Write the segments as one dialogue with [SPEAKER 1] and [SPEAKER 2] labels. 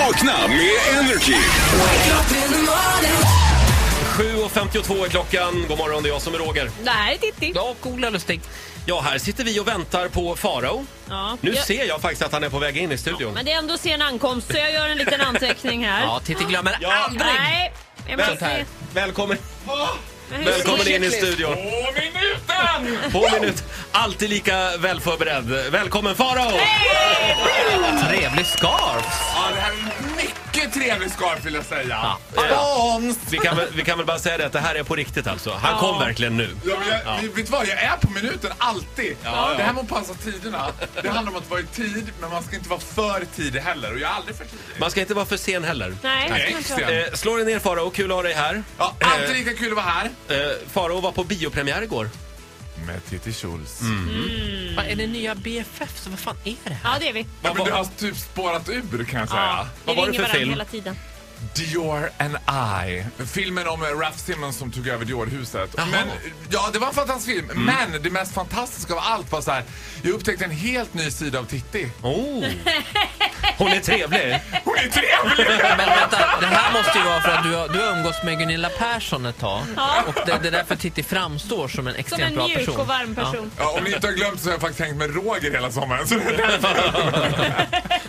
[SPEAKER 1] Vakna med Energy.
[SPEAKER 2] 7.52 är klockan. God morgon, det är jag som är Roger.
[SPEAKER 3] Nej, Titti.
[SPEAKER 2] Ja, cool lustig. Ja, här sitter vi och väntar på Farao.
[SPEAKER 3] Ja.
[SPEAKER 2] Nu
[SPEAKER 3] Jag-
[SPEAKER 2] ser jag faktiskt att han är på väg in i studion.
[SPEAKER 3] Men det är ändå sen ankomst, så jag gör en liten anteckning här.
[SPEAKER 4] Ja, Titti glömmer
[SPEAKER 2] Ja.
[SPEAKER 4] aldrig.
[SPEAKER 3] Nej, jag
[SPEAKER 2] Väl-
[SPEAKER 3] måste...
[SPEAKER 4] här.
[SPEAKER 2] Välkommen,
[SPEAKER 3] Men hur
[SPEAKER 2] välkommen
[SPEAKER 3] ser-
[SPEAKER 2] in i studion. På minut. Alltid lika välförberedd. Välkommen Farao!
[SPEAKER 4] Trevlig scarf.
[SPEAKER 5] Ja, det här är en mycket trevlig scarf vill jag säga. Ja,
[SPEAKER 2] Spons! Vi kan, väl- vi kan väl bara säga det att det här är på riktigt alltså. Han kom verkligen nu.
[SPEAKER 5] men jag, Vet du vad, jag är på minuten alltid. Det här med att passa tiderna, det handlar om att vara i tid, men man ska inte vara för tidig heller. Och jag är aldrig för tidig.
[SPEAKER 2] Man ska inte vara för sen heller.
[SPEAKER 3] Nej,
[SPEAKER 5] Nej,
[SPEAKER 3] det kanske jag-
[SPEAKER 5] extra.
[SPEAKER 2] Eh, slå dig ner Farao, kul att ha dig här.
[SPEAKER 5] Ja, alltid lika kul att vara här.
[SPEAKER 2] Eh, Farao var på biopremiär igår.
[SPEAKER 5] Med Titti Schultz.
[SPEAKER 4] Vad är det nya BFF? Så vad fan är det här?
[SPEAKER 3] Ja, det är vi.
[SPEAKER 5] Ja, men du har typ spårat ur kan jag säga.
[SPEAKER 3] Ja, vi
[SPEAKER 2] Vad var det
[SPEAKER 3] ringer
[SPEAKER 2] för
[SPEAKER 3] varandra
[SPEAKER 2] film?
[SPEAKER 3] hela tiden.
[SPEAKER 5] Dior and I. Filmen om eh, Ralph Simmons som tog över Dior-huset.
[SPEAKER 2] Jaha.
[SPEAKER 5] Men, ja, det var en fantastisk film. Men det mest fantastiska av allt var så här. jag upptäckte en helt ny sida av Titti.
[SPEAKER 2] Oh. Hon är trevlig.
[SPEAKER 5] Hon är trevlig!
[SPEAKER 4] Men vänta, det här måste ju vara för att du har, du har umgåtts med Gunilla Persson ett tag. Och det, det är därför Titti framstår som en
[SPEAKER 3] Som
[SPEAKER 4] extremt
[SPEAKER 3] en
[SPEAKER 4] bra person.
[SPEAKER 3] mjuk och varm person.
[SPEAKER 5] Ja, om ni inte har glömt så har jag faktiskt hängt med Roger hela sommaren. Så det är därför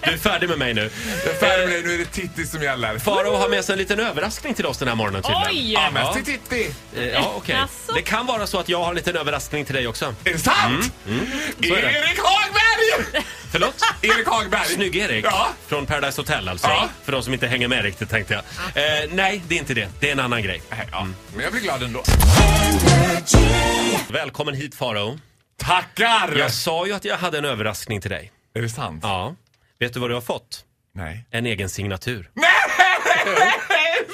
[SPEAKER 2] Du är färdig med mig nu.
[SPEAKER 5] jag är färdig med det. Nu är det Titti som gäller.
[SPEAKER 2] Farao har med sig en liten överraskning till oss den här morgonen tydligen.
[SPEAKER 3] Oj!
[SPEAKER 5] Ja, mest till Titti.
[SPEAKER 2] Eh, Ja, okej.
[SPEAKER 3] Jaså?
[SPEAKER 2] Det kan vara så att jag har en liten överraskning till dig också.
[SPEAKER 5] Är det sant?
[SPEAKER 2] Mm, Så är det.
[SPEAKER 5] Erik Hagberg!
[SPEAKER 2] Förlåt?
[SPEAKER 5] Erik Hagberg.
[SPEAKER 2] Snygg-Erik
[SPEAKER 5] Ja.
[SPEAKER 2] från Paradise Hotel alltså.
[SPEAKER 5] Ja.
[SPEAKER 2] För de som inte hänger med riktigt tänkte jag. Eh, nej, det är inte det. Det är en annan grej.
[SPEAKER 5] Nej, Ja, men jag blir glad ändå.
[SPEAKER 2] Välkommen hit Farao.
[SPEAKER 5] Tackar!
[SPEAKER 2] Jag sa ju att jag hade en överraskning till dig.
[SPEAKER 5] Är det sant?
[SPEAKER 2] Ja. Vet du vad du har fått?
[SPEAKER 5] Nej.
[SPEAKER 2] En egen signatur.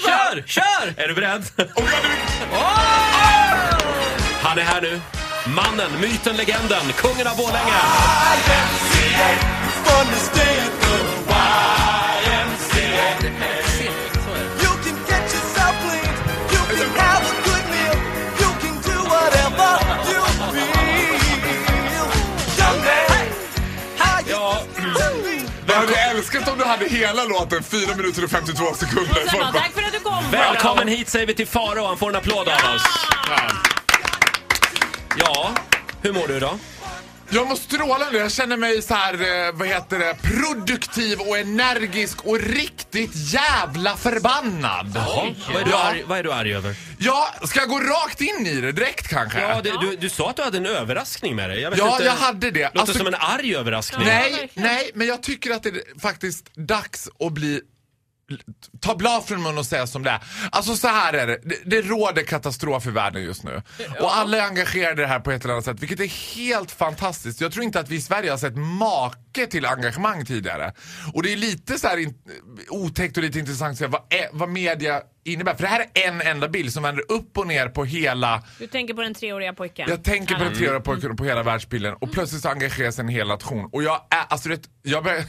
[SPEAKER 4] Kör, kör!
[SPEAKER 2] Är du beredd? Han är här nu. Mannen, myten, legenden, kungen av Borlänge.
[SPEAKER 5] Ah,
[SPEAKER 2] Ja,
[SPEAKER 5] Jag hade älskat om du hade hela låten, 4 minuter och 52 sekunder.
[SPEAKER 3] Och sen bara, tack för att du kom.
[SPEAKER 2] välkommen hit säger vi till Farao. Han får en applåd av oss. Ja, hur mår du idag?
[SPEAKER 5] Jag mår strålande. Jag känner mig så här, eh, vad heter det, produktiv och energisk och riktigt jävla förbannad.
[SPEAKER 2] Ja, vad, är du
[SPEAKER 5] Ja,
[SPEAKER 2] arg, vad är du arg över?
[SPEAKER 5] ja, ska jag gå rakt in i det direkt kanske?
[SPEAKER 2] Ja, det, du, du sa att du hade en överraskning med dig. Jag vet
[SPEAKER 5] Ja,
[SPEAKER 2] inte,
[SPEAKER 5] jag hade det.
[SPEAKER 2] Låter
[SPEAKER 5] Alltså-
[SPEAKER 2] som en arg överraskning.
[SPEAKER 3] Ja,
[SPEAKER 5] Nej,
[SPEAKER 3] verkligen.
[SPEAKER 5] nej, men jag tycker att det är faktiskt dags att bli Ta blad från munnen och säga som det är. Alltså så här är det. det. Det råder katastrof i världen just nu. Och alla är engagerade i det här på ett eller annat sätt. Vilket är helt fantastiskt. Jag tror inte att vi i Sverige har sett make till engagemang tidigare. Och det är lite så här in, otäckt och lite intressant att se vad, är, vad media innebär. För det här är en enda bild som vänder upp och ner på hela
[SPEAKER 3] Du tänker på den treåriga pojken.
[SPEAKER 5] jag tänker på den treåriga pojken och på hela världsbilden och plötsligt så engageras en hel nation. Och jag är, alltså du vet, jag, börjar,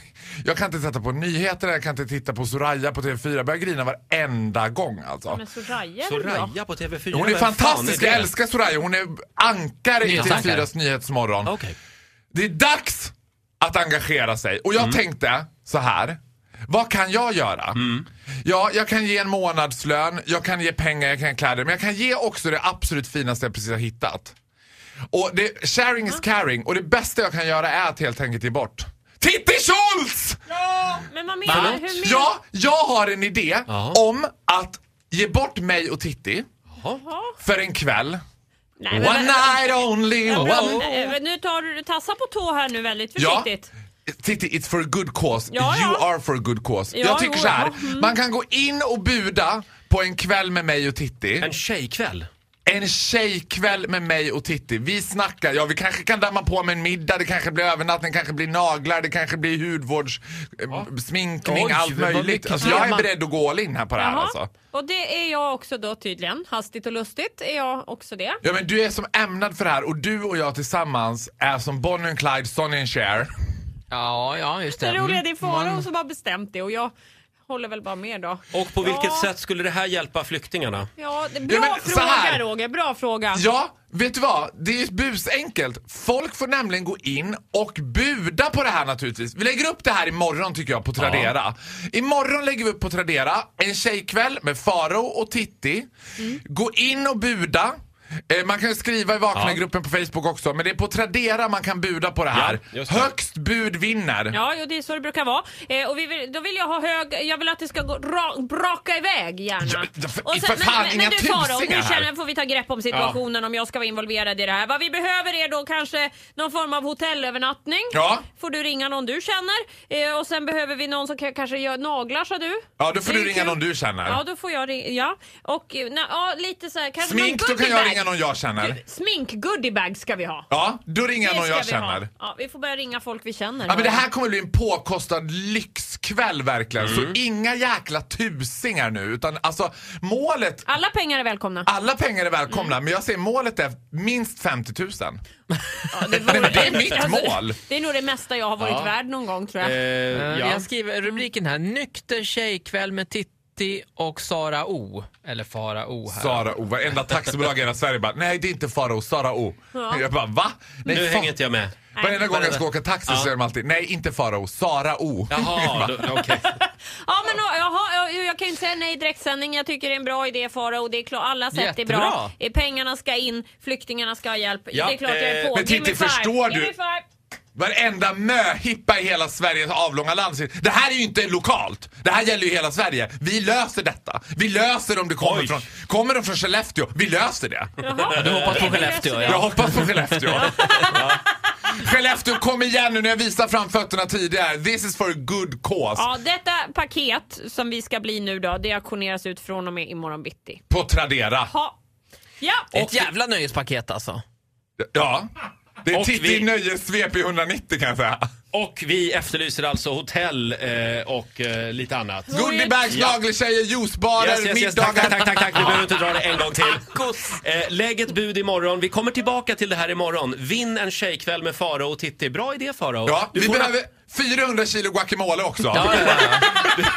[SPEAKER 5] jag kan inte titta på nyheterna, jag kan inte titta på Soraya på TV4. Jag börjar grina varenda gång alltså.
[SPEAKER 3] Men Soraya är
[SPEAKER 2] Så
[SPEAKER 3] väl bra?
[SPEAKER 2] Raja på TV4.
[SPEAKER 5] Hon är
[SPEAKER 2] vem fan
[SPEAKER 5] fantastisk,
[SPEAKER 2] det?
[SPEAKER 5] jag älskar Soraya. Hon är ankare i
[SPEAKER 4] Nyhetsankare.
[SPEAKER 5] TV4s Nyhetsmorgon.
[SPEAKER 2] Okej.
[SPEAKER 5] Det är dags att engagera sig. Och
[SPEAKER 3] Mm.
[SPEAKER 5] jag tänkte så här. Vad kan jag göra?
[SPEAKER 3] Mm.
[SPEAKER 5] Ja, jag kan ge en månadslön, jag kan ge pengar, jag kan ge kläder. Men jag kan ge också det absolut finaste jag precis har hittat. Och det, sharing is caring. Och det bästa jag kan göra är att helt enkelt ge bort. Titti Schultz!
[SPEAKER 3] Men vad menar du? Hur menar
[SPEAKER 5] Ja, jag har en idé
[SPEAKER 2] Ja.
[SPEAKER 5] om att ge bort mig och Titti
[SPEAKER 3] Jaha.
[SPEAKER 5] för en kväll.
[SPEAKER 3] Nej, men,
[SPEAKER 5] One
[SPEAKER 3] men,
[SPEAKER 5] night only,
[SPEAKER 3] Ja, men,
[SPEAKER 5] one...
[SPEAKER 3] eh, Nu tar du tassa på tå här nu väldigt
[SPEAKER 5] Ja.
[SPEAKER 3] försiktigt.
[SPEAKER 5] Titti, it's for a good cause.
[SPEAKER 3] Ja,
[SPEAKER 5] you
[SPEAKER 3] ja.
[SPEAKER 5] are for a good cause.
[SPEAKER 3] Ja,
[SPEAKER 5] jag tycker
[SPEAKER 3] jo,
[SPEAKER 5] så här.
[SPEAKER 3] ja. Mm.
[SPEAKER 5] man kan gå in och buda på en kväll med mig och Titti.
[SPEAKER 2] En tjejkväll.
[SPEAKER 5] En tjejkväll med mig och Titti. Vi snackar, ja vi kanske kan damma på med en middag, det kanske blir övernattning, det kanske blir naglar, det kanske blir hudvårds, eh, sminkning,
[SPEAKER 2] Oj,
[SPEAKER 5] allt
[SPEAKER 2] vad
[SPEAKER 5] möjligt.
[SPEAKER 2] mycket
[SPEAKER 5] Alltså, jag är
[SPEAKER 4] tema.
[SPEAKER 5] beredd att gå all in här på det här
[SPEAKER 3] Jaha.
[SPEAKER 5] alltså.
[SPEAKER 3] Och det är jag också då tydligen. Hastigt och lustigt är jag också det.
[SPEAKER 5] Ja men du är som ämnad för det här och du och jag tillsammans är som Bonnie och Clyde, Sonny and Cher.
[SPEAKER 4] Ja, ja, just det.
[SPEAKER 3] Det roliga
[SPEAKER 4] Mm.
[SPEAKER 3] det är Farao som har bestämt det och jag håller väl bara med då.
[SPEAKER 1] Och på vilket
[SPEAKER 3] Ja.
[SPEAKER 1] sätt skulle det här hjälpa flyktingarna?
[SPEAKER 3] Ja, det, bra
[SPEAKER 5] men så här.
[SPEAKER 3] fråga Roger, bra fråga.
[SPEAKER 5] Ja, vet du vad? Det är ju busenkelt. Folk får nämligen gå in och buda på det här naturligtvis. Vi lägger upp det här imorgon tycker jag på Tradera. Imorgon lägger vi upp på Tradera en tjejkväll med Faro och Titti.
[SPEAKER 3] Mm.
[SPEAKER 5] Gå in och buda. Eh, Man kan ju skriva i Vakna-gruppen på Facebook också, men det är på Tradera man kan buda på det här.
[SPEAKER 1] just det.
[SPEAKER 5] Högst bud vinner.
[SPEAKER 3] Ja, jo, det är så det brukar vara. Eh, och vi vill, då vill jag ha hög, jag vill att det ska gå ra, braka iväg gärna.
[SPEAKER 5] Ja, men, för-
[SPEAKER 3] och
[SPEAKER 5] för fan,
[SPEAKER 3] men,
[SPEAKER 5] inga
[SPEAKER 3] men du Faro, nu
[SPEAKER 5] tusingar här.
[SPEAKER 3] känner, får vi ta grepp om situationen om jag ska vara involverad i det här. Vad vi behöver är då kanske någon form av hotellövernattning.
[SPEAKER 5] Ja.
[SPEAKER 3] Får du ringa någon du känner. Eh, och sen behöver vi någon som ka- kanske gör naglar sa du.
[SPEAKER 5] Ja, då får
[SPEAKER 3] Det är
[SPEAKER 5] du ringa
[SPEAKER 3] kul.
[SPEAKER 5] någon du känner.
[SPEAKER 3] Ja, då får jag ringa. Ja. Och eh, na, ja, lite så här, kanske
[SPEAKER 5] Smink,
[SPEAKER 3] någon
[SPEAKER 5] då kan jag
[SPEAKER 3] goodiebag.
[SPEAKER 5] ringa någon jag känner.
[SPEAKER 3] Smink goodiebag ska vi ha.
[SPEAKER 5] Ja, då ringer jag
[SPEAKER 3] Det
[SPEAKER 5] någon
[SPEAKER 3] ska
[SPEAKER 5] jag
[SPEAKER 3] vi ha.
[SPEAKER 5] känner.
[SPEAKER 3] Ja, vi får börja ringa folk vi känner.
[SPEAKER 5] Ja, men det här kommer bli en påkostad lyxkväll verkligen. Så inga jäkla tusingar nu. Utan alltså målet,
[SPEAKER 3] Alla pengar är välkomna.
[SPEAKER 5] alla pengar är välkomna men jag ser målet är minst 50 000.
[SPEAKER 3] Ja, det,
[SPEAKER 5] Nej, men det är mitt
[SPEAKER 3] Alltså,
[SPEAKER 5] mål.
[SPEAKER 3] Det är nog det mesta jag har varit
[SPEAKER 2] Ja.
[SPEAKER 3] värd någon gång tror
[SPEAKER 2] Eh,
[SPEAKER 3] jag.
[SPEAKER 4] Eh,
[SPEAKER 2] ja.
[SPEAKER 4] Jag skriver rubriken här, Nykter tjejkväll med Titti och Sara O. Eller Fara O här.
[SPEAKER 5] Sara O, varenda taxibolag i hela Sverige bara nej det är inte Farao, Sara O.
[SPEAKER 3] Ja.
[SPEAKER 5] Jag bara va? Nej,
[SPEAKER 1] Nu
[SPEAKER 5] fa-
[SPEAKER 1] hänger inte jag med.
[SPEAKER 5] Varenda gång jag ska åka taxi
[SPEAKER 1] Ja.
[SPEAKER 5] så är de alltid nej inte Farao, Sara O.
[SPEAKER 1] Jaha, då- okej.
[SPEAKER 3] Ja, men, då- jaha, jag, jag kan ju inte säga nej i direktsändning. Jag tycker det är en bra idé Farao. Det är klart, alla sätt
[SPEAKER 4] Jättebra.
[SPEAKER 3] är bra. Eh, Pengarna ska in, flyktingarna ska ha hjälp.
[SPEAKER 1] Ja,
[SPEAKER 3] det är klart jag är
[SPEAKER 1] eh,
[SPEAKER 3] på.
[SPEAKER 5] men
[SPEAKER 3] Give me
[SPEAKER 5] Titti,
[SPEAKER 3] five.
[SPEAKER 5] förstår
[SPEAKER 3] Give
[SPEAKER 5] du?
[SPEAKER 3] me five.
[SPEAKER 5] Varenda möhippa i hela Sveriges avlånga land säger, Det här är ju inte lokalt. Det här gäller ju hela Sverige. Vi löser detta. Vi löser om det kommer
[SPEAKER 1] Oj.
[SPEAKER 5] från... Kommer de från Skellefteå? Vi löser det.
[SPEAKER 3] Jaha.
[SPEAKER 4] Du hoppas på
[SPEAKER 3] Vi löser
[SPEAKER 4] Skellefteå,
[SPEAKER 3] det.
[SPEAKER 5] Jag hoppas på Skellefteå. Skellefteå, kom igen nu när jag visar fram fötterna tidigare. This is for a good cause.
[SPEAKER 3] Ja, detta paket som vi ska bli nu då, det auktioneras ut från och med imorgon bitti.
[SPEAKER 5] På Tradera.
[SPEAKER 3] Ha. Ja,
[SPEAKER 4] Ett jävla nöjespaket alltså.
[SPEAKER 5] Ja. Det är
[SPEAKER 1] Och
[SPEAKER 5] Titti
[SPEAKER 1] vi-
[SPEAKER 5] Nöjessvep i 190 kan jag säga.
[SPEAKER 1] Och vi efterlyser alltså hotell eh, och eh, lite annat.
[SPEAKER 5] Goodiebags,
[SPEAKER 1] Ja.
[SPEAKER 5] nageltjejer, juicebarer,
[SPEAKER 1] Yes, yes, yes. Tack,
[SPEAKER 5] middagar.
[SPEAKER 1] tack, tack, tack, tack. Vi behöver inte dra det en gång till. Eh, lägg ett bud imorgon. Vi kommer tillbaka till det här imorgon. Vinn en tjejkväll med Farao och Titti. Bra idé Farao.
[SPEAKER 5] Ja,
[SPEAKER 1] Du
[SPEAKER 5] vi
[SPEAKER 1] får-
[SPEAKER 5] behöver 400 kilo guacamole också.
[SPEAKER 4] Ja, ja, ja.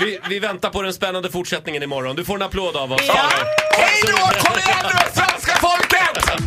[SPEAKER 1] vi, vi väntar på den spännande fortsättningen imorgon. Du får en applåd av oss.
[SPEAKER 3] Ja.
[SPEAKER 1] Farao.
[SPEAKER 5] Hej då! Kom igen nu svenska folket!